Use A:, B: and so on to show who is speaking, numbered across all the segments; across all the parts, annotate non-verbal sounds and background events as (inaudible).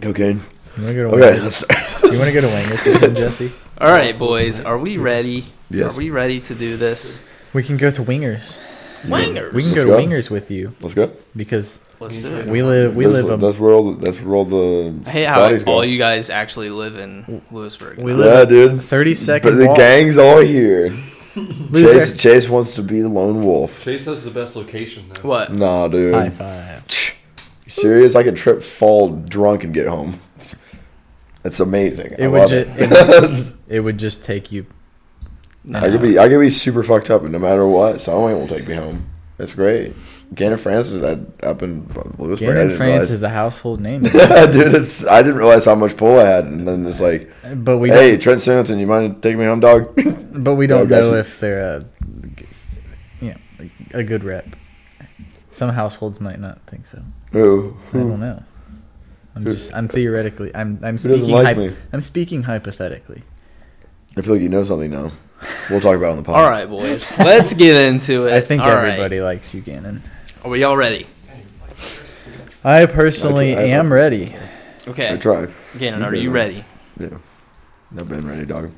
A: No good.
B: You want to go to
A: Okay,
B: Wangers?
A: let's
B: you want to go to Wangers
A: (laughs)
B: with him, Jesse?
C: All right, boys, are we ready?
A: Yes.
C: Are we ready to do this?
B: We can go to Wingers.
C: Wangers.
B: We can
A: Let's
B: go to
A: go.
B: Wingers with you
A: Let's go.
B: because
C: Let's do it.
B: we live we
A: that's,
B: live a,
A: that's where all the, that's where all the
C: I hate how
A: fatties
C: like,
A: go.
C: all you guys actually live in Lewisburg.
B: we
A: yeah,
B: live a
A: dude.
B: thirty
A: But
B: second
A: the
B: walk.
A: gang's all here.
B: Loser.
A: Chase Chase wants to be the lone wolf.
D: Chase has the best location though.
C: what?
A: Nah, dude.
B: High five.
A: You serious? I could trip, fall drunk, and get home. It's amazing. I
B: It would
A: love
B: ju-
A: it. (laughs)
B: It would just take you.
C: No.
A: I could be I could be super fucked up, and no matter what, someone will take me home. That's great. Gannon Francis that up in Louisburg. I
B: Gannon
A: didn't
B: France
A: realize-
B: is a household
A: (laughs)
B: name,
A: dude, it's I didn't realize how much pull I had, and then it's like,
B: but we
A: hey, Trent Singleton, you mind taking me home, dog? (laughs)
B: don't, but we don't
A: Yeah,
B: know
A: gotcha.
B: if they're a, g- yeah a- a good rep. Some households might not think so.
A: Ooh,
B: I don't know. I'm just I'm theoretically I'm I'm
A: Hmm. Who doesn't
B: speaking
A: like
B: hyp-
A: me?
B: I'm speaking hypothetically.
A: I feel like you know something now. We'll talk
C: (laughs)
A: about it on the pod.
C: All right, boys, let's get into it.
B: I think
C: All right.
B: everybody likes you, Gannon.
C: Are we all ready?
B: I personally
A: I- I-
B: am ready.
A: I
C: Okay.
A: tried.
C: Gannon,
A: You
C: are
A: do
C: you
A: it.
C: ready?
A: Yeah, I've been ready, dog.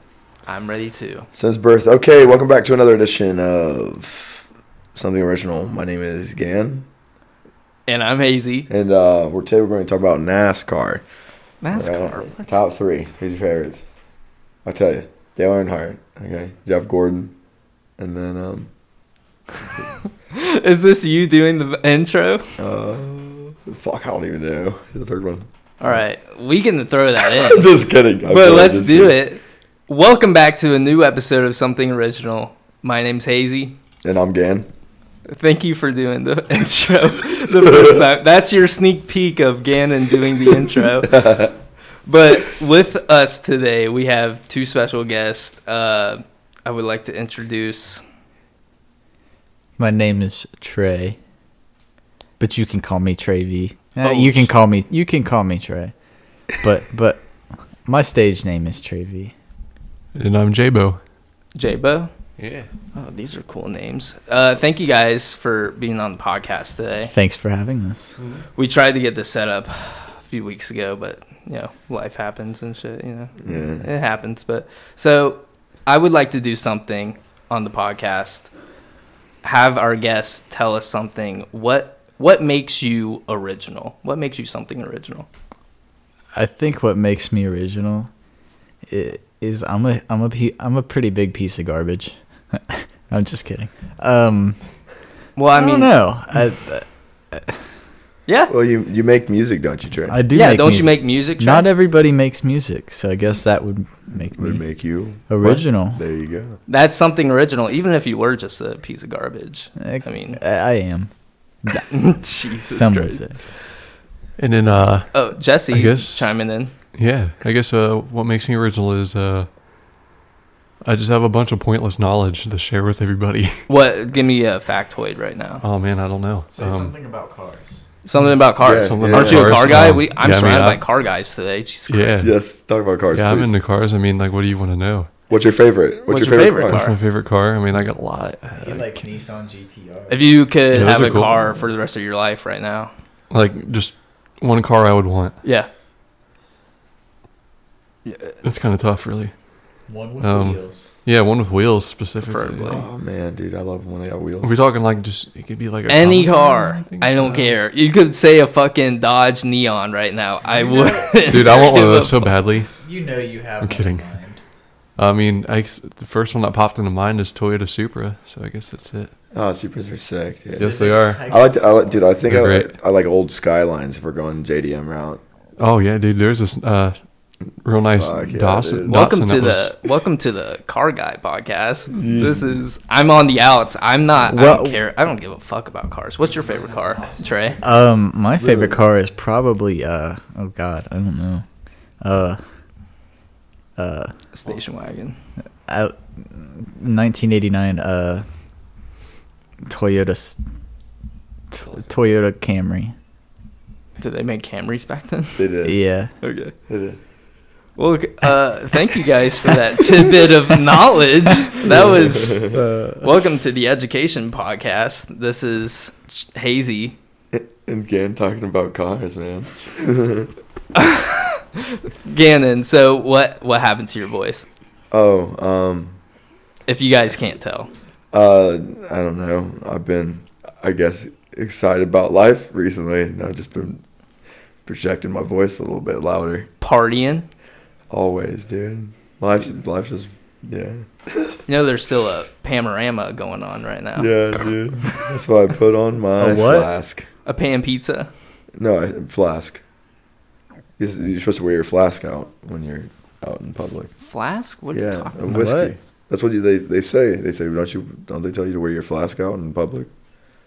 C: I'm ready too.
A: Since birth. Okay, welcome back to another edition of something original. My name is Gan,
C: And I'm hazy.
A: and uh, we're today we're going to talk about NASCAR.
C: NASCAR.
A: Alright,
C: What?
A: (laughs) Top three. Who's your favorites? I'll tell you. Dale Earnhardt. Okay. Jeff Gordon. And then um
C: Is this you doing the intro?
A: uh fuck, I don't even know. Who's The third one.
C: All right, we can throw that
A: (laughs) I'm
C: in.
A: just kidding. I'm
C: but
A: totally
C: let's
A: just
C: do
A: kidding.
C: it. Welcome back to a new episode of Something Original. My name's Hazy.
A: And I'm Gan.
C: Thank you for doing the (laughs) intro the first time. That's your sneak peek of Gannon doing the intro. But with us today, we have two special guests. Uh, I would like to introduce.
B: My name is Trey, but you can call me Trey V. Uh,
C: Oh,
B: you can
C: sh-
B: call me you can call me Trey, but but my stage name is Trey V.
D: And I'm Jabo.
C: Jabo.
D: Yeah.
C: Oh, these are cool names. Uh, thank you guys for being on the podcast today.
B: Thanks for having us.
D: Mm-hmm.
C: We tried to get this set up a few weeks ago, but you know, life happens and shit. You know,
A: Yeah.
C: it happens. But so, I would like to do something on the podcast. Have our guests tell us something. What what makes you original? What makes you something original?
B: I think what makes me original i- is I'm a I'm a pe- I'm a pretty big piece of garbage. (laughs) I'm just kidding. Um,
C: Well, I,
B: I,
C: mean,
B: don't know. I
C: yeah,
A: Well you you make music, don't you, Trey?
B: I do.
C: yeah.
B: make
C: Don't
B: music.
C: you make music? Trey?
B: Not everybody makes music, so I guess that would make me
A: would make you
B: original.
A: There you go.
C: That's something original. Even if you were just a piece of garbage.
B: I,
C: I mean,
B: I, I am.
C: (laughs) Jesus
B: Some would
C: Christ.
B: say.
D: And then uh
C: Oh,
D: I
C: Jesse
D: guess-
C: chiming in.
D: yeah, I guess uh what makes me original is uh I just have a bunch of pointless knowledge to share with everybody. (laughs)
C: What? Give me a factoid right now.
D: Oh man, I don't know. Um,
B: something about cars.
C: Something about cars.
A: Yeah, Something
C: Aren't
A: about
C: you a
D: cars,
C: car guy?
D: um,
C: we, I'm
D: yeah, I mean,
C: surrounded
D: I-
C: by car guys today. Jesus Christ.
D: yeah.
A: Yes, talk about cars.
D: Yeah, I'm
A: please.
D: into cars. I mean, like what do you want to know?
A: What's your favorite? What's, your, favorite, car?
D: What's my favorite car? I mean, I got a lot.
B: like Nissan GTR.
C: If you could
D: Yeah, those
C: have
D: are
C: a
D: cool.
C: car for the rest of your life right now.
D: Like just one car I would want.
C: Yeah.
D: It's kind of tough, really.
B: One
D: with Um,
B: wheels.
D: Yeah, one with wheels specifically.
C: Preferably.
A: Oh man, dude, I love when they got
D: Are we
A: wheels.
D: talking like just it could be like a
C: Any
D: common
C: car.
D: think
C: I don't
D: so.
C: care. You could say a fucking Dodge Neon right now. I (laughs) would.
D: Dude, I want one of those so badly.
B: You know you have.
D: I'm one kidding. in I mean, I, the first one that popped into mind is Toyota Supra, so I guess that's it.
A: Oh, supers are sick. dude.
D: Yes, they are.
A: I like, to, I like, dude. I think I
D: They're
A: like, I like old skylines. If we're going JDM route,
D: Oh yeah, dude, there's this uh, real nice
A: Fuck yeah,
D: Dawson.
A: dude.
C: Welcome
D: Datsun
C: to
D: that was-
C: the welcome to the car guy podcast. This is I'm on the outs. I'm not. I
B: Well-
C: don't care. I don't give a fuck about cars. What's your favorite car, Trey?
B: Um, my favorite car is probably uh oh god I don't know, uh, uh,
C: Station wagon.
B: I, 1989 uh, Toyota s- t- Toyota Camry.
C: Did they make Camrys back (laughs) then?
A: they did.
B: Yeah,
C: Okay.
A: They did.
C: Well, uh, thank you guys for that (laughs) tidbit of knowledge. That was
B: Uh,
C: welcome to the education podcast. This is Hazy.
A: And Gan talking about cars, man.
C: Gannon, so what what happened to your voice?
A: (laughs) Oh, um,
C: If you guys can't tell.
A: uh, I don't know. I've been, I guess, excited about life recently, and I've just been projecting my voice a little bit louder.
C: Partying.
A: Always, dude. Life's, life's just, yeah,
C: You know there's still a panorama going on right now.
B: (laughs)
A: yeah, dude. That's why I put on my
B: A what?
A: flask.
C: A pan pizza.
A: No, I- flask. You're you're supposed to wear your flask out when you're out in public.
C: Flask? What are you
A: yeah,
C: talking
A: a
B: about?
A: whiskey.
B: What?
A: That's what you, they they say. They say don't you don't they tell you to wear your flask out in public,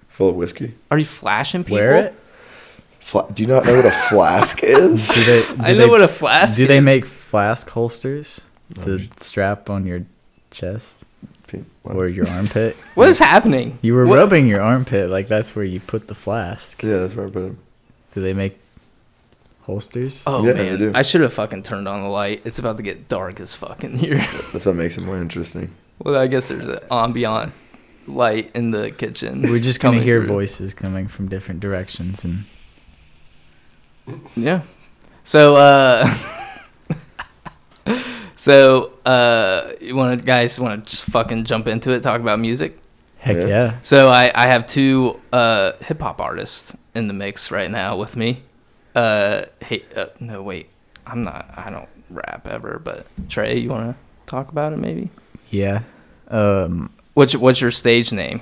A: full of whiskey?
C: Are you flashing people?
B: Wear it?
A: Fla- Do you not know what a
B: (laughs)
A: flask is?
B: Do they? Do
C: (laughs) I know
B: they,
C: what a flask
B: Do they
C: is.
B: make flask holsters
A: No,
B: to
A: just-
B: strap on your chest
A: Pe- what?
B: or your armpit?
C: What is happening?
B: You were
C: What-
B: rubbing your armpit like that's where you put the flask.
A: Yeah, that's where I put it.
B: Do they make holsters?
C: Oh
A: Yeah, they do.
C: man. I should have fucking turned on the light. It's about to get dark as fuck in (laughs) here.
A: That's what makes it more interesting.
C: well I guess there's an ambient light in the kitchen.
B: We're just gonna
C: coming
B: hear
C: through.
B: voices coming from different directions, and
C: Yeah. So uh (laughs) So uh you wanna guys wanna just fucking jump into it, talk about music?
B: heck
A: Yeah.
B: yeah,
C: So I, I have two uh hip hop artists in the mix right now with me. Uh hey uh, no wait. I'm not I don't rap ever, but Trey, you wanna talk about it maybe?
B: yeah. Um,
C: What's what's your stage name?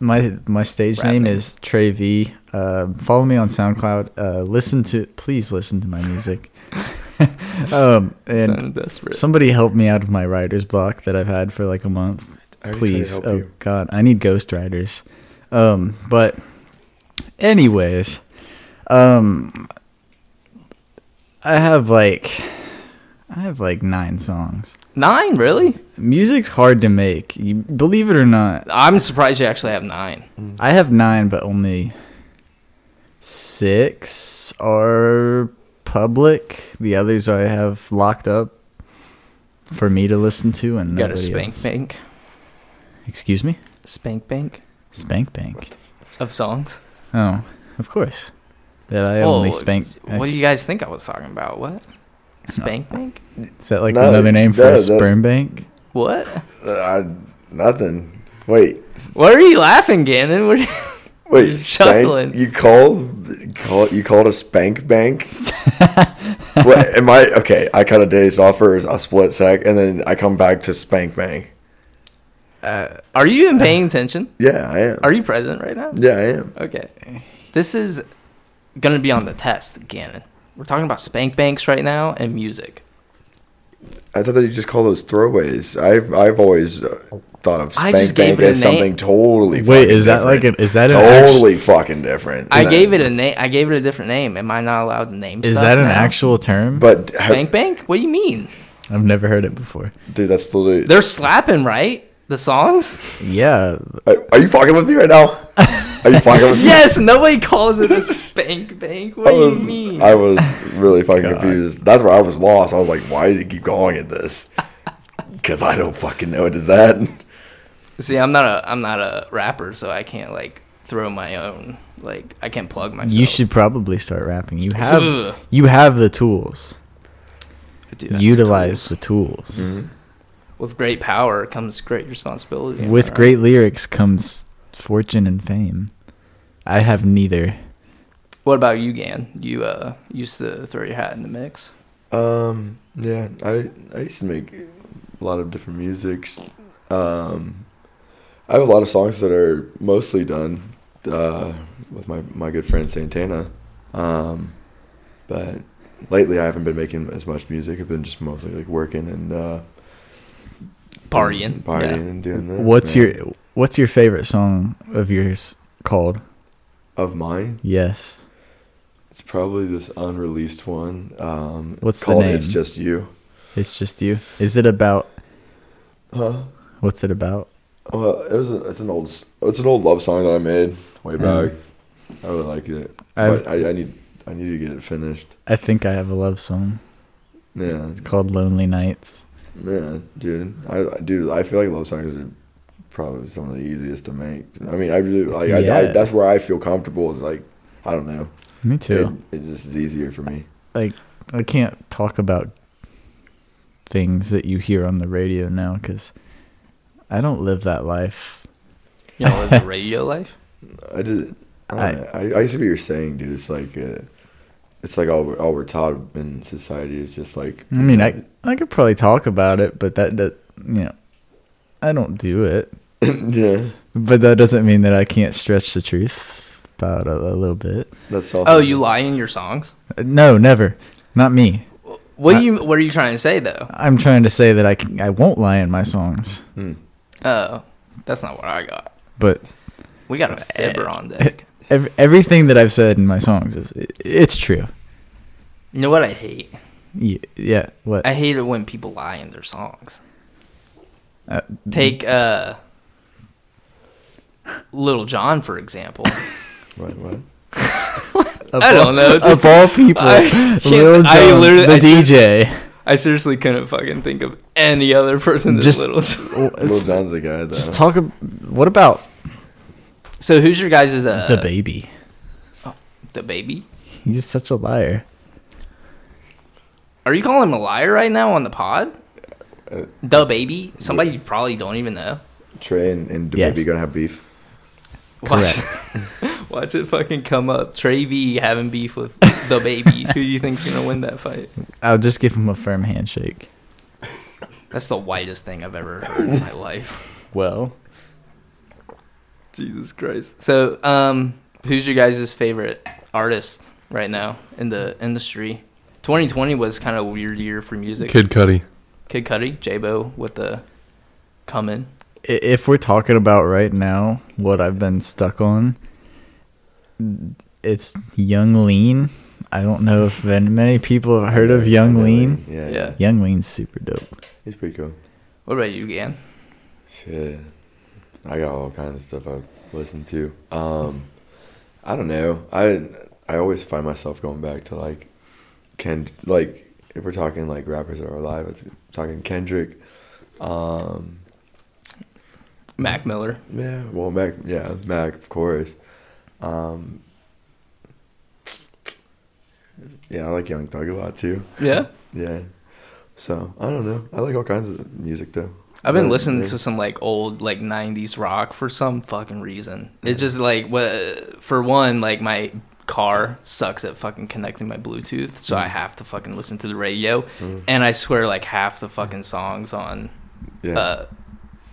B: my my stage
C: Rap
B: name
C: name.
B: is Trey V. Uh, follow me on SoundCloud. Uh, listen to please listen to my music. (laughs) um, and
C: Sounded desperate.
B: somebody help me out of my writer's block that I've had for like a month.
A: I already tried to
B: please
A: help
B: oh
A: you.
B: god i need ghost riders um but anyways um i have like i have like nine songs
C: nine, really?
B: music's hard to make you, believe it or not
C: I'm surprised you actually have nine.
B: i have nine but only six are public the others i have locked up for me to listen to and
C: You got a
B: nobody
C: spank
B: else.
C: bank.
B: excuse me
C: Spank bank
B: spank bank
C: of songs.
B: Oh, of course. That I only spank.
C: Oh, What do you guys think I was talking about? What? Spank bank?
B: Is that like
A: No,
B: another name for
A: no,
B: a
A: that-
B: sperm bank?
A: (laughs)
C: What?
A: Uh, I, nothing. Wait,
C: (laughs) What are you laughing, Gannon? What are you-
A: wait.
C: You're
A: spank-
C: chuckling.
A: You called call you called a spank bank.
C: (laughs)
A: what am I? Okay, I cut a day's off for a split sec, and then I come back to spank bank.
C: (laughs) Are you even (laughs) paying attention?
A: Yeah, I am.
C: Are you present right now?
A: yeah, I am.
C: Okay. This is gonna be on the test, Gannon. We're talking about spank banks right now and music.
A: I thought that you just call those throwaways. I've I've always uh, thought of
C: I
A: spank
C: just gave
A: bank
C: it a
A: as something
C: name.
A: totally.
B: Wait,
A: fucking
B: is that
A: different.
B: like a, is that an
A: totally fucking different?
C: I
A: No.
C: gave it a name. I gave it a different name. Am I not allowed to name?
B: actual, is
C: stuff
B: that an
C: now?
B: actual term?
A: But ha-
C: spank bank? What do you mean?
B: I've never heard it before.
A: dude, that's literally.
C: They're slapping, right? The songs? (laughs)
B: Yeah,
A: Are, are you fucking with me right now? Are you fucking with me?
C: yes. Nobody calls it a (laughs) spank bank. What
A: I
C: do you
A: was,
C: mean?
A: I was really
C: (laughs)
A: fucking confused. That's where I was lost. I was like, why do you keep calling it this? (laughs) Because I don't fucking know. What is that?
C: See, I'm not a I'm not a rapper, so I can't like throw my own like I can't plug myself.
B: you should probably start rapping. You
C: Ugh. (laughs)
B: have you have the tools.
C: I do have
B: Utilize
C: the tools. Mm-hmm.
B: the tools.
C: with great power comes great responsibility. am I
B: With
C: right?
B: great lyrics comes fortune and fame. I have neither.
C: What about you, Gan? You uh used to throw your hat in the mix.
A: Um. Yeah. I I used to make a lot of different music. Um, I have a lot of songs that are mostly done uh, with my my good friend Santana. Um, but lately I haven't been making as much music. I've been just mostly like working and uh, Mm,
C: Partying.
A: partying,
C: Yeah.
A: and doing this.
B: What's
A: man.
B: your what's your favorite song of yours called?
A: of mine?
B: Yes.
A: It's probably this unreleased one. Um,
B: What's the
A: called It's
B: name?
A: just you.
B: It's just you. Is it about?
A: Huh?
B: What's it about?
A: Well, Oh, uh, it was a, it's an old s- it's an old love song that I made way back. I really like it,
B: I've-
A: but I, I need I need to get it finished.
B: I think I have a love song
A: Yeah,
B: called "Lonely Nights."
A: yeah, dude. I, I dude, I feel like love songs are probably some of the easiest to make. I mean, I do like I, I,
B: Yeah.
A: that's where I feel comfortable. Is like I don't know.
B: Me too.
A: It, it just is easier for me.
B: like I can't talk about things that you hear on the radio now because I don't live that life.
C: You
B: (laughs)
C: know, live the radio life.
A: I did. I, don't know. I, I used to be you're saying, dude. It's like, uh, it's like all we're, all we're taught in society is just like.
B: I mean, I I could probably talk about it, but that that you know, I don't do it.
A: (laughs) yeah,
B: But that doesn't mean that I can't stretch the truth about a, a little bit.
A: that's all.
C: Oh, you lie in your songs.
B: No, never, not me.
C: What do you? What are you trying to say though?
B: I'm trying to say that I can, I won't lie in my songs,
A: Hmm.
C: Oh, that's not what I got.
B: but
C: We got a Eber on deck.
B: ev- everything that I've said in my songs is i it's true.
C: You know what I hate?
B: Y- Yeah, what?
C: I hate it when people lie in their songs.
B: Uh,
C: Take uh, Little John for example.
A: What, what?
B: of
C: I don't know, dude.
B: Of all people,
C: (laughs) I
B: Lil
C: can't- I
B: Jon,
C: literally-
B: the
C: I ser-
B: DJ.
C: (laughs) I seriously couldn't fucking think of any other person than
B: Just-
C: (laughs) Little John.
A: Lil Jon's a guy though.
B: Just talk. ab- What about
C: So who's your guys' uh,
B: the baby?
C: The baby.
B: He's such a liar.
C: Are you calling him a liar right now on the pod?
A: Uh,
C: the baby. Somebody you probably don't even know.
A: Trey and, and
B: Yes.
A: maybe gonna have beef.
C: Watch, (laughs) watch it fucking come up. Trey V having beef with the (laughs) baby. Who do you think's gonna win that fight?
B: I'll just give him a firm handshake.
C: That's the whitest thing I've ever heard in my life.
B: Well,
C: Jesus Christ. So, um, who's your guys' favorite artist right now in the industry? 2020 was kind of a weird year for music.
D: Kid Cudi.
C: Kid Cudi, J-Bo with the come in.
B: i- if we're talking about right now, what I've been stuck on, it's Young Lean. I don't know if ven- many people have heard of Young Lean.
A: Yeah,
C: Yeah.
A: yeah,
B: Young Lean's super dope.
A: he's pretty cool.
C: What about you, Gan?
A: Shit, I got all kinds of stuff I listen to. Um, I don't know. I I always find myself going back to like, Kend like if we're talking like rappers that are alive, it's talking Kendrick. Um,
C: Mac Miller.
A: yeah, well Mac, yeah Mac of course. Um, yeah, I like Young Thug a lot too.
C: Yeah.
A: Yeah. So I don't know. I like all kinds of music though.
C: I've been
A: Yeah,
C: listening
A: yeah.
C: to some like old like '90s rock for some fucking reason. It's just like what for one like my car sucks at fucking connecting my Bluetooth, so I have to fucking listen to the radio.
A: Mm.
C: And I swear like half the fucking songs on
A: Yeah.
C: uh,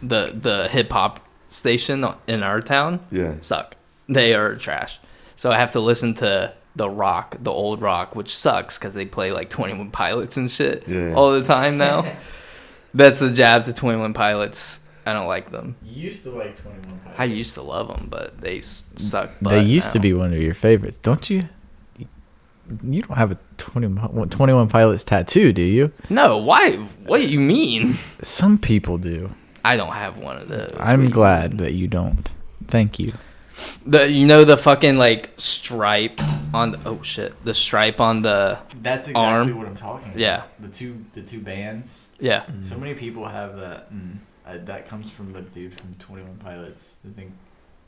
C: the the hip hop station in our town
A: yeah.
C: suck. They are trash. So I have to listen to the rock, the old rock, which sucks because they play like Twenty One Pilots and shit
A: Yeah.
C: all the
A: (laughs)
C: time now. That's a jab to Twenty One Pilots. I don't like them.
B: You used to like Twenty One
C: I used to love them, but they s- suck.
B: they
C: butt
B: used to
C: now.
B: be one of your favorites, don't you? You don't have a 21, 21 Pilots tattoo, do you?
C: No, why? What do you mean?
B: Some people do.
C: I don't have one of those. What do
B: I'm
C: you
B: glad
C: mean?
B: that you don't. Thank you.
C: The you know the fucking like stripe on the oh shit the stripe on the
E: That's exactly
C: Arm.
E: what I'm talking about.
C: Yeah.
E: The two the two bands.
C: yeah
E: So many people have that. Mm, uh, that comes from the dude from Twenty One Pilots. I think.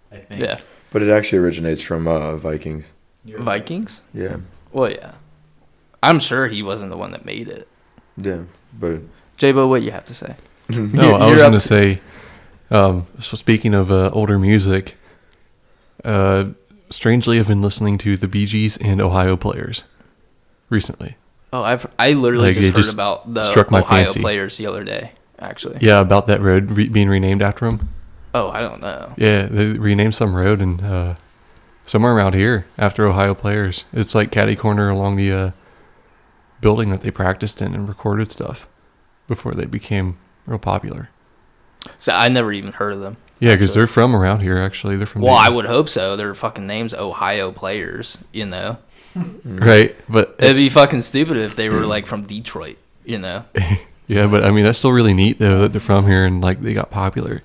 E: I think.
C: yeah
A: But it actually originates from uh, Vikings.
E: You're-
C: Vikings.
A: Yeah,
C: Well, yeah, I'm sure he wasn't the one that made it.
A: yeah. But
C: J-Bo, what you have to say?
D: No,
C: You're-
D: I was
C: you're up
D: going to
C: to-
D: say. Um, so speaking of uh, older music, uh, strangely, I've been listening to the Bee Gees and Ohio Players recently.
C: Oh, I've I literally
D: Like,
C: just
D: it
C: heard
D: just
C: about the
D: struck my
C: Ohio
D: fancy.
C: players the other day. Actually,
D: Yeah, about that road re- being renamed after him.
C: oh, I don't know.
D: Yeah, they renamed some road and uh, somewhere around here after Ohio Players. It's like Caddy Corner along the uh, building that they practiced in and recorded stuff before they became real popular.
C: So I never even heard of them.
D: Yeah, because they're from around here. Actually, they're from.
C: Well, I
D: Dayton.
C: would hope so. Their fucking names Ohio players. You know,
A: mm,
D: right, but
C: it'd be
D: it's-
C: fucking stupid if they were like from Detroit. You know,
D: (laughs) Yeah, but I mean that's still really neat though that they're from here and like they got popular.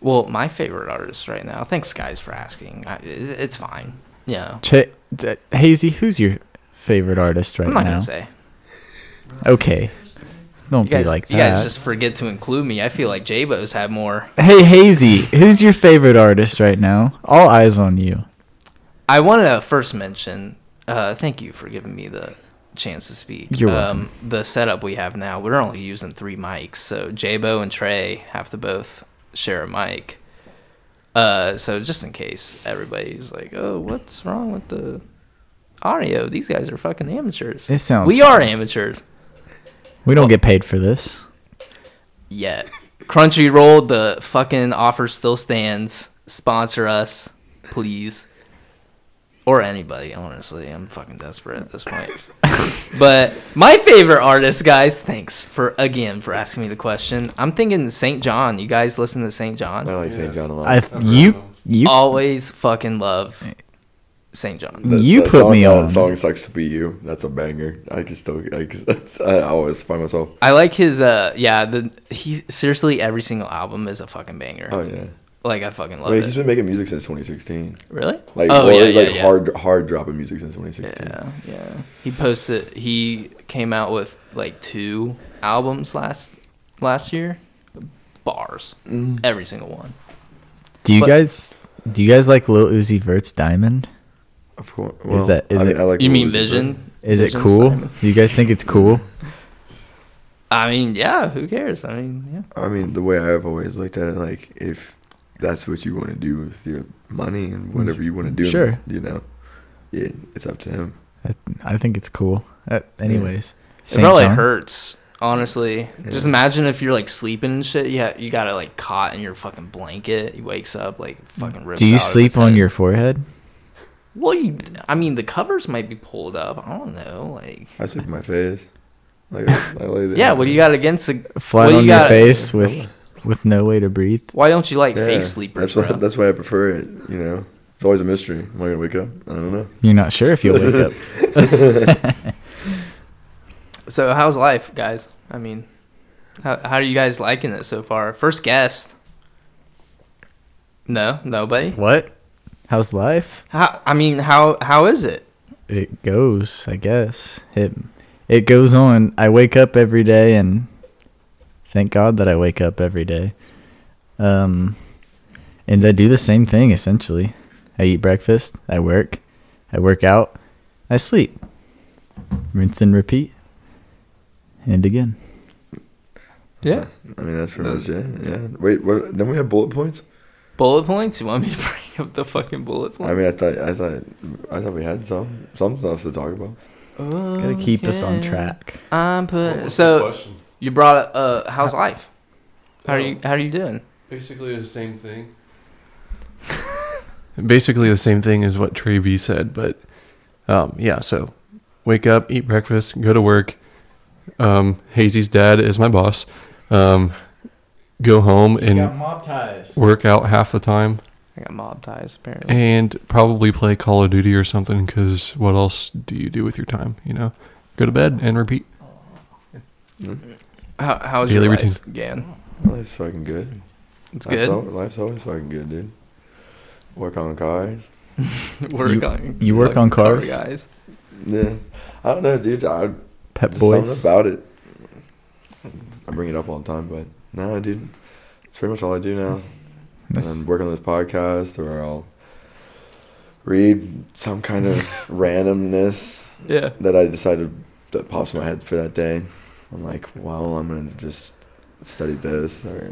C: well, my favorite artist right now. Thanks, guys, for asking. I, it- it's fine. Yeah,
B: Ch- d- Hazy, who's your favorite artist right
C: I'm not
B: now?
C: gonna say.
B: Okay. Don't
C: You guys,
B: be like
C: you
B: that.
C: guys just forget to include me. I feel like J-Bo's had more.
B: Hey, Hazy, who's your favorite artist right now? All eyes on you.
C: I want to first mention Uh, thank you for giving me the chance to speak. Um,
B: You're welcome.
C: the setup we have now, we're only using three mics, so Jabo and Trey have to both share a mic. Uh, so just in case everybody's like, "Oh, what's wrong with the audio? These guys are fucking amateurs."
B: It sounds
C: we are amateurs.
B: We don't get paid for this.
C: Yeah. Crunchyroll, the fucking offer still stands. Sponsor us, please. Or anybody, honestly. I'm fucking desperate at
A: (laughs)
C: this point. but my favorite artist, guys, thanks for again for asking me the question. I'm thinking St. John. You guys listen to St.
A: I
C: John?
A: like St. John a lot.
B: I
D: heard
B: you
D: of them.
B: you
C: Always fucking love St. John.
B: you put
A: song,
B: me
A: that
B: on.
A: song sucks to be you. That's a banger. I can still. I, can, (laughs) I always find myself.
C: I like his uh yeah, the he seriously every single album is a fucking banger.
A: Oh yeah.
C: Like I fucking
A: I
C: love
A: mean,
C: it.
A: he's been making music since 2016.
C: really?
A: Like,
C: oh,
A: or,
C: yeah, yeah,
A: like
C: yeah.
A: hard, hard dropping music since 2016.
C: Yeah, yeah. He posted. He came out with like two albums last last year. Bars,
B: Mm.
C: every single one.
B: Do you
C: But-
B: guys do you guys like Lil Uzi Vert's Diamond?
A: Of course.
B: that- is it-
A: like
C: you
A: Lil
C: mean
A: Uzi Vert.
C: Vision?
B: Is it
C: Vision's
B: cool?
C: Diamond.
B: Do you guys think it's cool?
C: I mean, yeah. Who cares? I mean, yeah.
A: I mean, the way I've always looked at it, like if that's what you want to do with your money and whatever you want to do,
B: Sure.
A: you know, yeah, it's up to him.
B: I, I think it's cool. Uh, anyways,
C: it
B: Saint
C: probably
B: John?
C: hurts. Honestly, just
A: Yeah.
C: imagine if you're like sleeping and shit. You ha- you got it like caught in your fucking blanket. He wakes up like fucking. rips
B: Do you
C: out of his
B: sleep on
C: head.
B: your forehead?
C: Well, you, I mean, the covers might be pulled up. I don't know. Like,
A: I sleep in my face. Like I,
B: (laughs)
A: I lay there.
C: yeah. Well, you got against the.
B: Flat
C: Well, you
B: on your
C: gotta-
B: face with with no way to breathe.
C: Why don't you like
A: Yeah,
C: face sleepers,
A: That's why.
C: bro?
A: That's why I prefer it. You know, it's always a mystery. Am I gonna wake up? I don't know.
B: You're not sure if you'll wake up. (laughs)
C: (laughs) So how's life, guys? I mean, how how are you guys liking it so far? First guest. No, nobody.
B: What? How's life?
C: How, I mean, how how is it?
B: It goes, I guess. It it goes on. I wake up every day and thank God that I wake up every day. Um and I do the same thing essentially. I eat breakfast, I work, I work out, I sleep. Rinse and repeat. And again.
C: Yeah.
A: (laughs) I mean, that's pretty much it. Yeah. Wait. What? Don't we have bullet points?
C: Bullet points? You want me to (laughs) bring up the fucking bullet points?
A: I mean, I thought, I thought, I thought we had some, some stuff to talk about.
B: Gotta keep us on track.
C: I'm
D: Uh,
C: putting. So you brought up uh, how's life? How are you? How are you doing?
D: Basically the same thing. (laughs) Basically the same thing as what Trey V said, but um, yeah, so wake up, eat breakfast, go to work. Um, Hazy's dad is my boss. Um, go home
E: He's got
D: and
E: mob ties.
D: work out half the time
C: I got mob ties apparently.
D: and probably play Call of Duty or something because what else do you do with your time? You know, go to bed and repeat.
C: How, how's
D: Daily
C: your
D: routine.
C: life, Gan?
A: Life's fucking good.
C: It's
A: Life's al-
C: (laughs) good.
A: life's always fucking good, dude. Work on cars.
C: Work
B: You-
C: on-
B: you work
C: fucking
B: on
C: car
B: cars?
C: guys.
A: Yeah. I don't know, dude. I
B: Pep
A: just something
B: boys.
A: about it. I bring it up all the time, but no, dude. It's pretty much all I do now.
B: Mm, That's-
A: and work on this podcast, or I'll read some kind of randomness
C: Yeah.
A: that I decided that pops in my head for that day. I'm like, well, I'm gonna just study this, or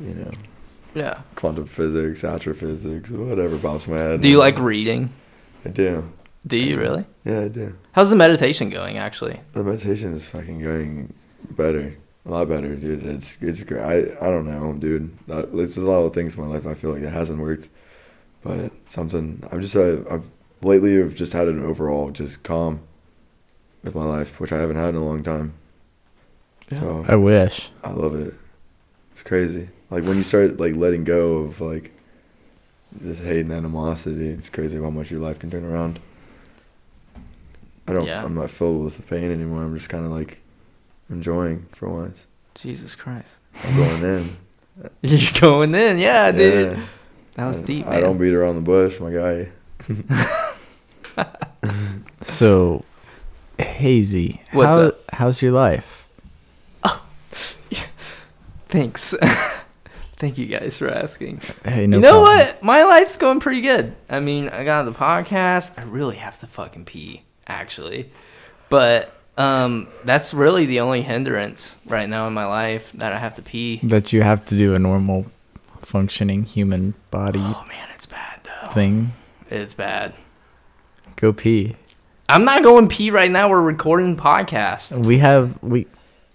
A: you know,
C: Yeah.
A: quantum physics, astrophysics, whatever pops in my head.
C: Do you like reading?
A: I do.
C: Do you really?
A: Yeah, I do.
C: How's the meditation going, actually?
A: The meditation is fucking going better, a lot better, dude. It's it's great. I I don't know, dude. That, there's a lot of things in my life I feel like it hasn't worked, but something I'm just uh, I've lately I've just had an overall just calm with my life, which I haven't had in a long time. So
B: I wish.
A: I love it. It's crazy. Like when you start like letting go of like this hate and animosity, it's crazy how much your life can turn around. I don't.
C: Yeah.
A: I'm not filled with the pain anymore. I'm just kind of like enjoying for once.
C: Jesus Christ.
A: I'm going in.
C: (laughs) You're going in, yeah, dude.
A: Yeah.
C: That was deep, man.
A: I don't beat around the bush, my guy.
C: (laughs)
B: So hazy.
C: What's
B: how,
C: up?
B: how's your life?
C: Thanks. (laughs) Thank you guys for asking.
B: Hey, no
C: you know
B: problem.
C: what? My life's going pretty good. I mean, I got the podcast. I really have to fucking pee. actually. But um, that's really the only hindrance right now in my life that I have to pee.
B: that you have to do a normal functioning human body
C: Oh man, it's bad though.
B: thing.
C: It's bad.
B: Go pee.
C: I'm not going pee right now. We're recording podcast.
B: We have we.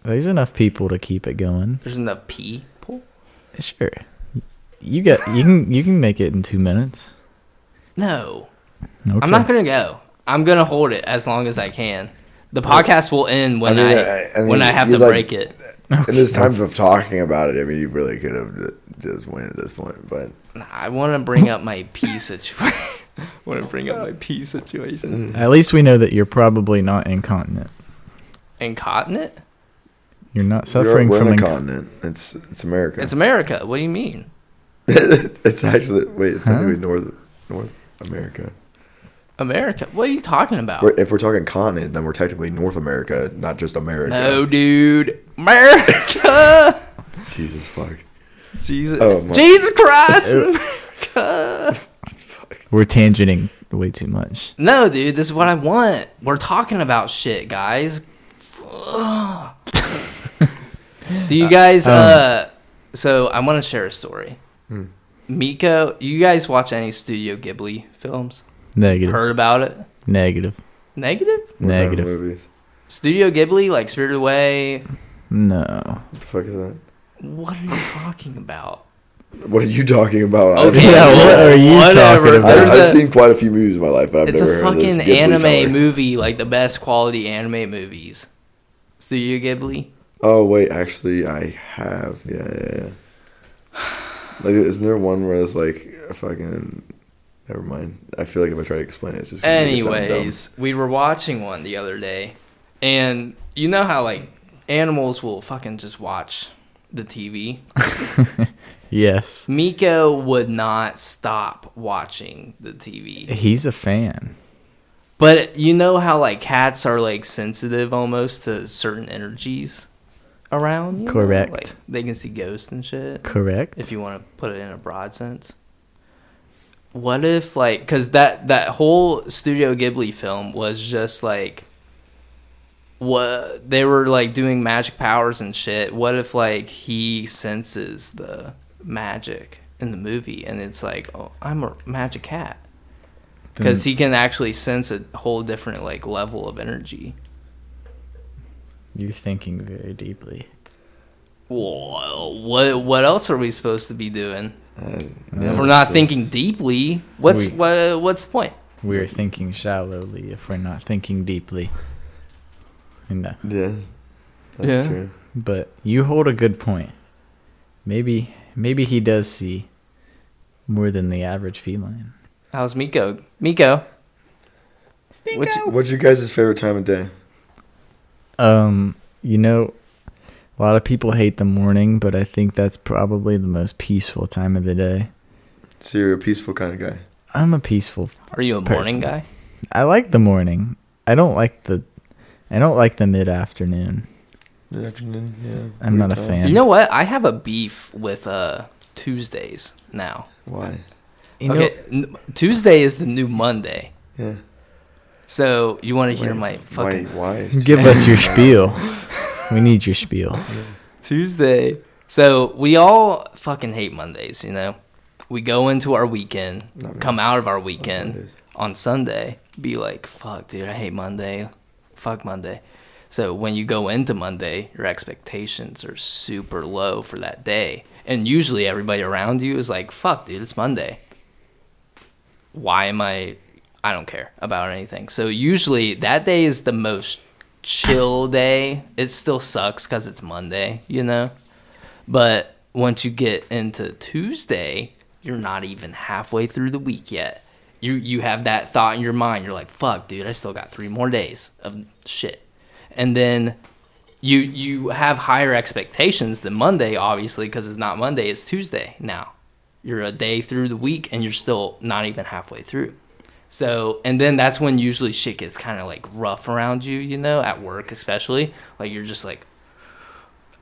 B: There's enough people to keep it going.
C: There's enough pee. pool.
B: Sure, you get you can you can make it in two minutes.
C: No,
B: Okay.
C: I'm not gonna go. I'm gonna hold it as long as I can. The podcast will end when
A: I
C: I,
A: mean, I- I mean,
C: when I have
A: you
C: to
A: like-
C: break it.
A: And there's times of talking about it. I mean, you really could have ju- just went at this point, but
C: I want to bring up my
A: (laughs)
C: pee situation. (laughs) want to bring up my pee
A: Mm.
C: situation.
B: At least we know that you're probably not incontinent.
C: Incontinent?
B: You're
A: Europe,
B: not suffering
A: we're
B: from
A: on a
B: incontinence.
A: continent. It's it's America. (laughs)
C: It's
A: It's,
C: America. What do you mean?
A: actually wait. It's
B: Huh?
A: not even North North America.
C: America? What are you talking about?
A: We're, if we're talking continent, then we're technically North America, not just America.
C: no, dude.
A: (laughs)
C: America.
A: Jesus fuck.
C: Jesus.
A: Oh, my-
C: Jesus
A: (laughs)
C: Christ. America.
B: We're tangenting way too much.
C: No, dude. This is what I want. We're talking about
B: (laughs)
C: shit, guys. Ugh. do you guys? Uh,
B: um, Hmm.
C: so I want to share a story. Miko, you guys watch any Studio Ghibli films?
B: Negative.
C: Heard about it?
B: Negative.
C: Negative?
A: What kind of
B: Negative.
A: movies.
C: Studio Ghibli, like Spirited Away.
B: No. (laughs)
A: What the fuck is that?
C: What are you talking about?
A: What are you talking about?
C: Okay,
A: I've,
B: Yeah, what
C: well,
B: are you
C: whatever.
B: talking about?
A: I've,
C: There's
A: I've
C: a-
A: seen quite a few movies in my life, but I've
C: it's
A: never
C: a
A: heard of this
C: fucking
A: Ghibli
C: anime
A: fella.
C: movie, like the best quality anime movies. Studio Ghibli.
A: Oh wait, actually, I have. Yeah, yeah, yeah. Like, isn't there one where it's like a fucking? Never mind. I feel like if I try to explain it, it's just. gonna be something dumb.
C: Anyways, we were watching one the other day, and you know how like animals will fucking just watch the TV.
B: Yes.
C: Miko would not stop watching the TV.
B: He's a fan.
C: But you know how like cats are like sensitive almost to certain energies around. you know?
B: Correct.
C: Like, they can see ghosts and shit.
B: Correct.
C: If you want to put it in a broad sense. What if like because that that whole Studio Ghibli film was just like what they were like doing magic powers and shit. What if like he senses the magic in the movie and it's like oh I'm a magic cat
B: Then-
C: because he can actually sense a whole different like level of energy.
B: You're thinking very deeply.
C: Well, what what else are we supposed to be doing
A: Uh,
C: if
A: yeah,
C: we're not
A: so-
C: thinking deeply? What's
B: We-
C: what, what's the point?
B: We're thinking shallowly if we're not thinking deeply. And, uh,
A: Yeah, that's
C: Yeah.
A: true.
B: but you hold a good point. Maybe maybe he does see more than the average feline.
C: How's Miko? Miko, what you-
A: What's your guys' favorite time of day?
B: Um, you know, a lot of people hate the morning, but I think that's probably the most peaceful time of the day.
A: So you're a peaceful kind of guy.
B: I'm a peaceful.
C: are you a
B: Person.
C: morning guy?
B: I like the morning. I don't like the I don't like the mid-afternoon.
A: Mid afternoon. Yeah.
B: I'm not a
A: Weird time.
B: fan.
C: You know what? I have a beef with uh Tuesdays now.
A: Why?
B: You know,
C: okay, n- Tuesday is the new Monday.
A: Yeah.
C: So you want to hear my
A: Why-
C: fucking
A: Why? why?
B: give us
C: (laughs)
B: your spiel. We need your spiel.
C: Tuesday. So we all fucking hate Mondays, you know. We go into our weekend,
A: Not me.
C: come out of our
A: Love
C: weekend
A: Mondays.
C: on Sunday, be like, "Fuck, dude, I hate Monday. Fuck Monday." So when you go into Monday, your expectations are super low for that day, and usually everybody around you is like, "Fuck, dude, it's Monday." Why am I? I don't care about anything. So usually that day is the most chill day. It still sucks because it's Monday, you know. But once you get into Tuesday, you're not even halfway through the week yet. You you have that thought in your mind. You're like, "Fuck, dude, I still got 3 more days of shit." And then you you have higher expectations than Monday obviously because it's not Monday, it's Tuesday now. You're a day through the week and you're still not even halfway through. So, and then that's when usually shit gets kind of like rough around you, you know, at work especially. Like you're just like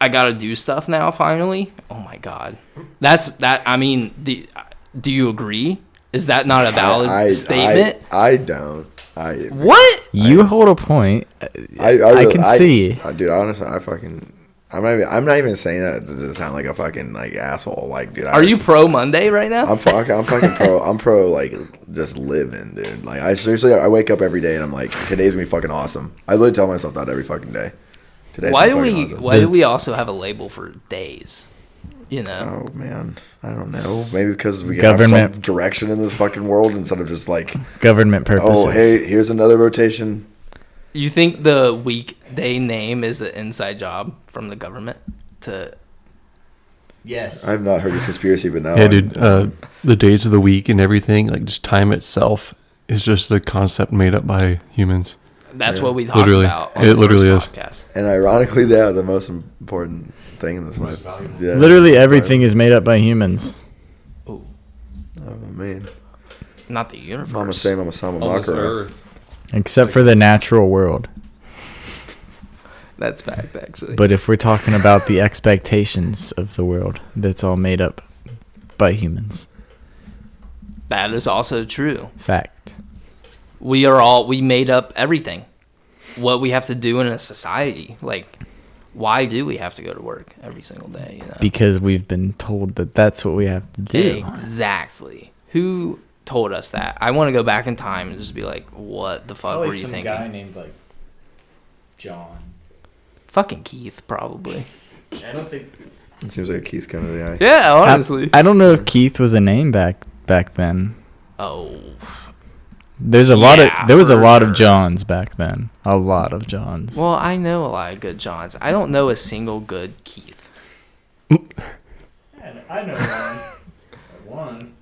C: I gotta do stuff now. Finally, oh my god, that's that. I mean, do, do you agree? Is that not a valid
A: I- I-
C: statement?
A: I, I don't. I
C: What?
B: You hold a point. uh,
A: I, I,
B: I
A: really-
B: can see.
A: I- dude, honestly, I fucking. I'm not. Even, I'm not even saying that to sound like a fucking like asshole. Like, dude, I,
C: Are you pro Monday right now?
A: I'm fucking. I'm fucking pro. I'm pro. Like, just living, dude. Like, I seriously, I wake up every day and I'm like, today's gonna be fucking awesome. I literally tell myself that every fucking day. Today's
C: Why do
A: gonna be
C: we
A: fucking awesome.
C: Why do we also have a label for days? You know,
A: Oh man, I don't know. Maybe because we have
B: Government.
A: some direction in this fucking world instead of just like,
B: Government purposes.
A: oh hey, here's another rotation.
C: you think the weekday name is an inside job from the government to
E: Yes.
A: I've not heard this conspiracy, but now
D: yeah,
A: I'm-
D: dude. Uh, the days of the week and everything, like just time itself, is just the concept made up by humans.
C: That's
A: Yeah.
C: what we talked
D: Literally.
C: about.
D: It literally
C: first
D: is.
C: podcast.
A: And ironically, they are the most important thing in this
D: Most
A: life.
D: valuable.
A: Yeah.
B: Literally everything
A: uh,
B: is made up by humans.
C: Ooh,
A: Oh man,
C: not the universe.
A: Mama say, Mama Sama Makara.
B: Except for the natural world.
C: That's fact, actually.
B: But if we're talking about the expectations of the world, that's all made up by humans.
C: that is also true.
B: Fact.
C: We are all we made up everything. What we have to do in a society, like why do we have to go to work every single day? You know?
B: Because we've been told that that's what we have to do.
C: Exactly. Who told us that? I want to go back in time and just be like, what the fuck
E: Probably
C: were you
E: some
C: thinking?
E: guy named like John.
C: Fucking Keith,
A: (laughs)
C: probably.
E: I don't think.
A: It seems like a Keith kind of guy.
C: Yeah,
B: I-
C: honestly.
B: I, don't know if Keith was a name back back then.
C: oh,
B: There's a lot
C: Yeah,
B: of there was a
C: for
B: lot
C: sure.
B: of Johns back then. A lot of Johns.
C: well, I know a lot of good Johns. I don't know a single good Keith.
E: I- I know one. one,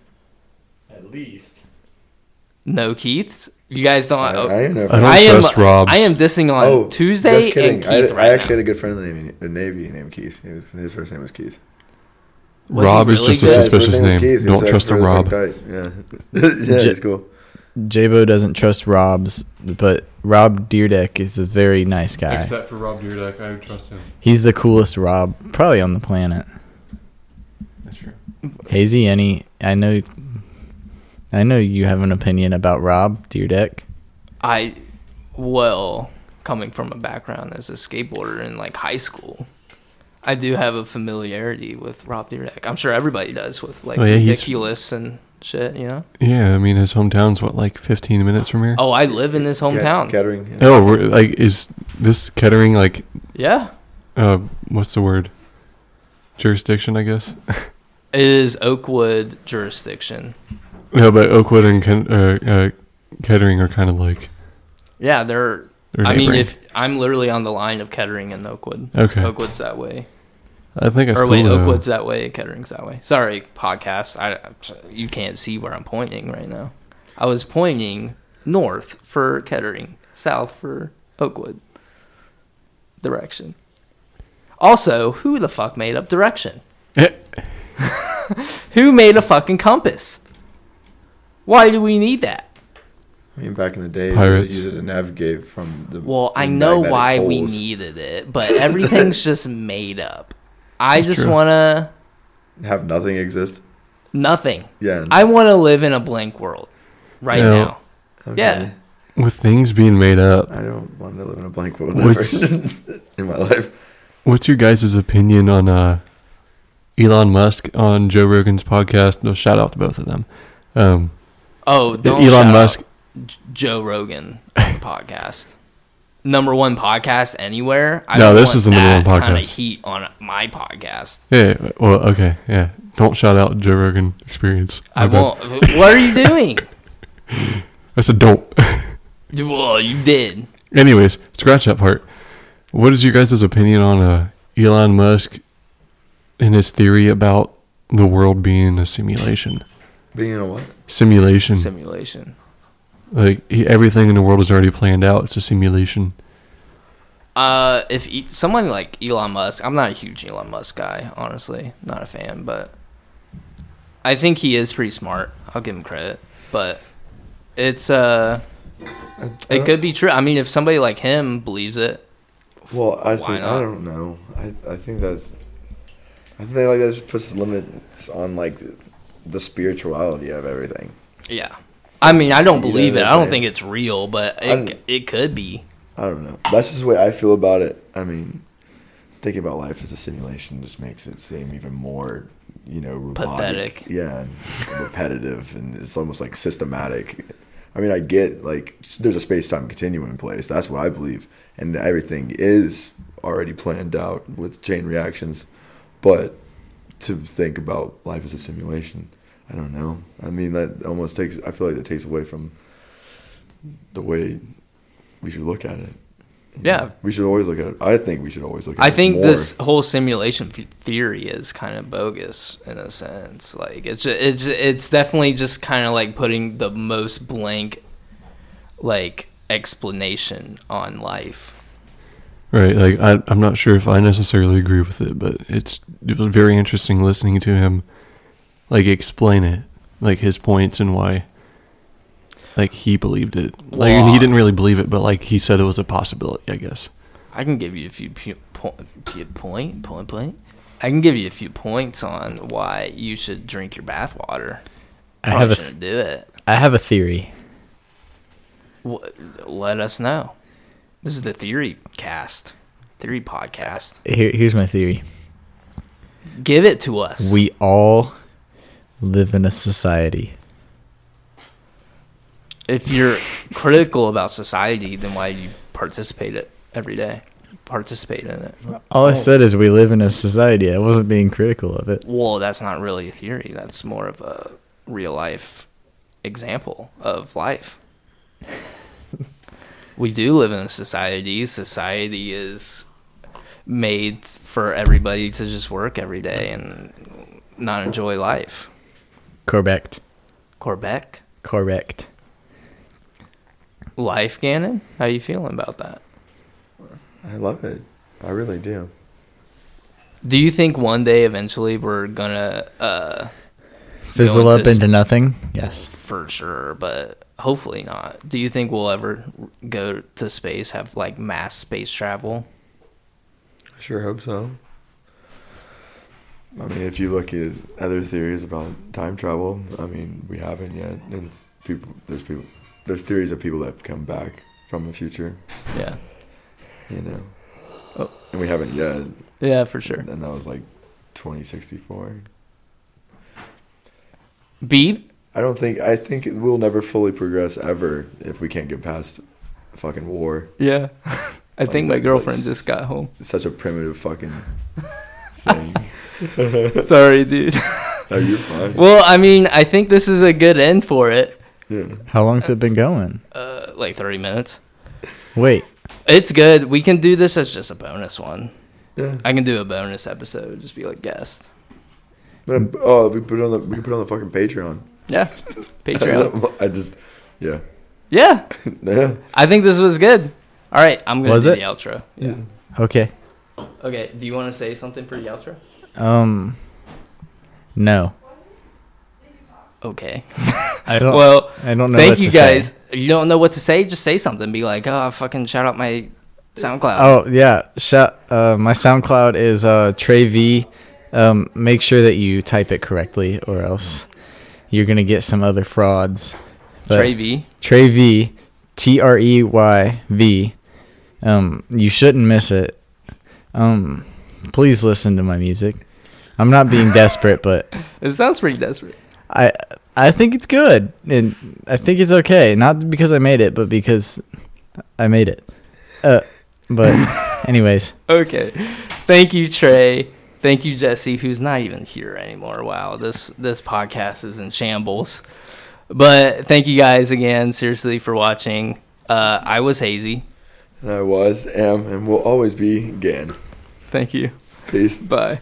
E: at least.
C: No Keiths. You guys don't.
A: I, I
C: oh,
A: don't know. If Oh,
D: I don't
C: I am.
D: trust Rob's.
C: I am dissing on Tuesday
A: Just kidding.
C: and Keith
A: I,
C: right
A: I actually
C: now.
A: had a good friend in the Navy, the Navy named Keith. He was, his first name was Keith.
C: Was
D: Rob
C: he
D: is
C: really
D: just a
C: good?
A: his first
D: suspicious
A: was
D: name.
A: Keith. He
D: Don't
A: was
D: trust a
A: actually really
D: Rob.
A: fucking tight. Yeah, (laughs) yeah,
B: J-
A: he's cool.
B: Jabo doesn't trust Rob's, but Rob Deerdeck is a very nice guy.
D: for Rob Deerdeck, I would trust him.
B: He's the coolest Rob probably on the planet.
D: That's true.
B: Hazy, any? I know, I know you have an opinion about Rob Deerdeck.
C: I, well, coming from a background as a skateboarder in like high school, I do have a familiarity with Rob Dyrdek. I'm sure everybody does with like
D: Oh, yeah, he's-
C: ridiculous and shit, you know.
D: Yeah, I mean his hometown's what like 15 minutes from here.
C: Oh, I live in his hometown.
A: Cat- Kettering. yeah.
D: Oh, we're, like is this Kettering like
C: Yeah,
D: uh what's the word? Jurisdiction, I guess.
C: it is Oakwood jurisdiction.
D: No, but Oakwood and Ken, uh, uh, Kettering are kind of like.
C: Yeah, they're.
D: they're
C: I mean,
D: neighboring.
C: if I'm literally on the line of Kettering and Oakwood.
D: okay,
C: Oakwood's that way,
D: I think it's
C: or
D: cool.
C: wait,
D: though.
C: Oakwood's that way, Kettering's that way. Sorry, podcast. I you can't see where I'm pointing right now. I was pointing north for Kettering, south for Oakwood. Direction. Also, who the fuck made up direction?
D: Eh,
C: Who made a fucking compass? Why do we need that?
A: I mean, back in the day, Pirates.
D: Pirates.
A: you used it to navigate from the.
C: Well, I
A: the
C: know
A: magnetic
C: why we
A: poles.
C: needed it,
A: (laughs)
C: but everything's just made up. I
D: That's
C: just
D: true.
C: want to
A: have nothing exist.
C: nothing.
A: Yeah.
C: I want to live in a blank world right
D: No.
C: now.
A: Okay.
C: Yeah.
D: with things being made up,
A: I don't want to live in a blank world
D: What's-
A: ever (laughs) in my life.
D: what's your guys' opinion on uh, Elon Musk on Joe Rogan's podcast? No, shout out to both of them. Um,
C: Oh, don't shout
D: Elon
C: out
D: Musk.
C: J- Joe Rogan podcast, number one podcast anywhere. I
D: No,
C: don't
D: this
C: want
D: is the number
C: that
D: one
C: Kind
D: podcast.
C: of heat on my podcast.
D: Yeah. Well, okay. Yeah. Don't shout out Joe Rogan Experience.
C: I
D: My bad.
C: won't. What are you
D: (laughs)
C: doing?
D: I said don't.
C: well, you did.
D: Anyways, scratch that part. What is your guys' opinion on uh, Elon Musk and his theory about the world being a simulation?
A: Being in a what?
D: Simulation.
C: Simulation.
D: like he, everything in the world is already planned out. It's a simulation.
C: Uh, if e- someone like Elon Musk, I'm not a huge Elon Musk guy, honestly, not a fan, but I think he is pretty smart. I'll give him credit, but it's uh,
A: I, I
C: it
A: don't-
C: could be true. I mean, if somebody like him believes it,
A: Well, I
C: Why
A: think I
C: not?
A: don't know. I I think that's. I think like that just puts limits on like the spirituality of everything.
C: yeah, I mean, I don't
A: You know,
C: believe it.
A: they're
C: I don't
A: playing.
C: think it's real, but
A: I don't-
C: it, it could be.
A: I don't know. That's just the way I feel about it. I mean, thinking about life as a simulation just makes it seem even more, you know, robotic.
C: Pathetic.
A: Yeah, and repetitive, and it's almost like systematic. I mean, I get like s- there's a space time continuum in place. That's what I believe, and everything is already planned out with chain reactions. But to think about life as a simulation, I don't know. I mean, that almost takes. I feel like that takes away from the way we should look at it. You
C: Yeah.
A: know, we should always look at it. I think we should always look at.
C: I
A: it
C: think
A: more.
C: this whole simulation f- theory is kind of bogus in a sense. Like it's ju- it's it's definitely just kind of like putting the most blank like explanation on life.
D: Right, like I, I'm not sure if I necessarily agree with it, but it's it was very interesting listening to him, like explain it, like his points and why, like he believed it. Like and he didn't really believe it, but like he said it was a possibility. I guess.
C: I can give you a few pu- po- pu- point point point. I can give you a few points on why you should drink your bath water.
B: I have a th-
C: shouldn't do it.
B: I have a theory.
C: Wh- Let us know. This is the theory cast, theory podcast.
B: Here, here's my theory.
C: Give it to us.
B: We all live in a society.
C: if you're critical about society, then why do you participate it every day? Participate in it.
B: All I said is we live in a society. I wasn't being critical of it.
C: Well, that's not really a theory. That's more of a real life example of life. (laughs) we do live in a society. Society is made for everybody to just work every day and not enjoy life.
B: Correct.
C: Corbeck,
B: Correct.
C: life, Gannon. How you feeling about that?
A: I love it. I really do.
C: Do you think one day eventually we're gonna uh
B: Fizzle
C: Going
B: up
C: to
B: into nothing. Yes.
C: for sure, but hopefully not. Do you think we'll ever go to space, have like mass space travel?
A: I sure hope so. I mean, if you look at other theories about time travel, I mean, we haven't yet, and people there's people there's theories of people that come back from the future,
C: Yeah.
A: you know,
C: Oh.
A: and we haven't yet,
C: Yeah, for sure.
A: and that was like 2064.
C: B
A: I don't think I think we'll never fully progress ever if we can't get past fucking war.
C: Yeah. (laughs) I think my
A: Like,
C: girlfriend
A: let's-
C: just got home.
A: It's such a primitive (laughs) fucking thing.
C: (laughs) Sorry, dude.
A: Oh, you're fine.
C: well, I mean, I think this is a good end for it.
A: yeah.
B: How long's it been going?
C: Uh like 30 minutes.
B: Wait.
C: It's good. We can do this as just a bonus one.
A: Yeah.
C: I can do a bonus episode, just be like guest.
A: But, oh, we put it on the we can put it on the fucking Patreon.
C: Yeah.
A: (laughs)
C: Patreon.
A: I just yeah. (laughs)
C: Yeah.
A: Yeah.
C: I think this was good. All right, I'm gonna
B: Was
C: do
B: it?
C: the outro.
A: Yeah.
B: Okay.
C: Okay, do you want to say something for the outro?
B: Um. No.
C: Okay.
B: I don't.
C: Well,
B: I don't know.
C: thank
B: what
C: you
B: to say.
C: guys. If you don't know what to say, just say something. Be like, oh, fucking shout out my SoundCloud.
B: Oh yeah, shout, uh, my SoundCloud is uh, Trey V. Um, make sure that you type it correctly, or else you're gonna get some other frauds. But
C: Trey V.
B: Trey V, T R E Y V. Um, you shouldn't miss it. Um, please listen to my music. I'm not being desperate, but
C: It sounds pretty desperate.
B: I I think it's good, and I think it's okay. Not because I made it, but because I made it. Uh, but anyways.
C: Okay. Thank you, Trey. Thank you, Jesse, who's not even here anymore. Wow, this this podcast is in shambles. But thank you guys again, seriously, for watching. Uh, I was hazy.
A: And I was, am, and will always be again.
C: Thank you.
A: Peace.
C: Bye.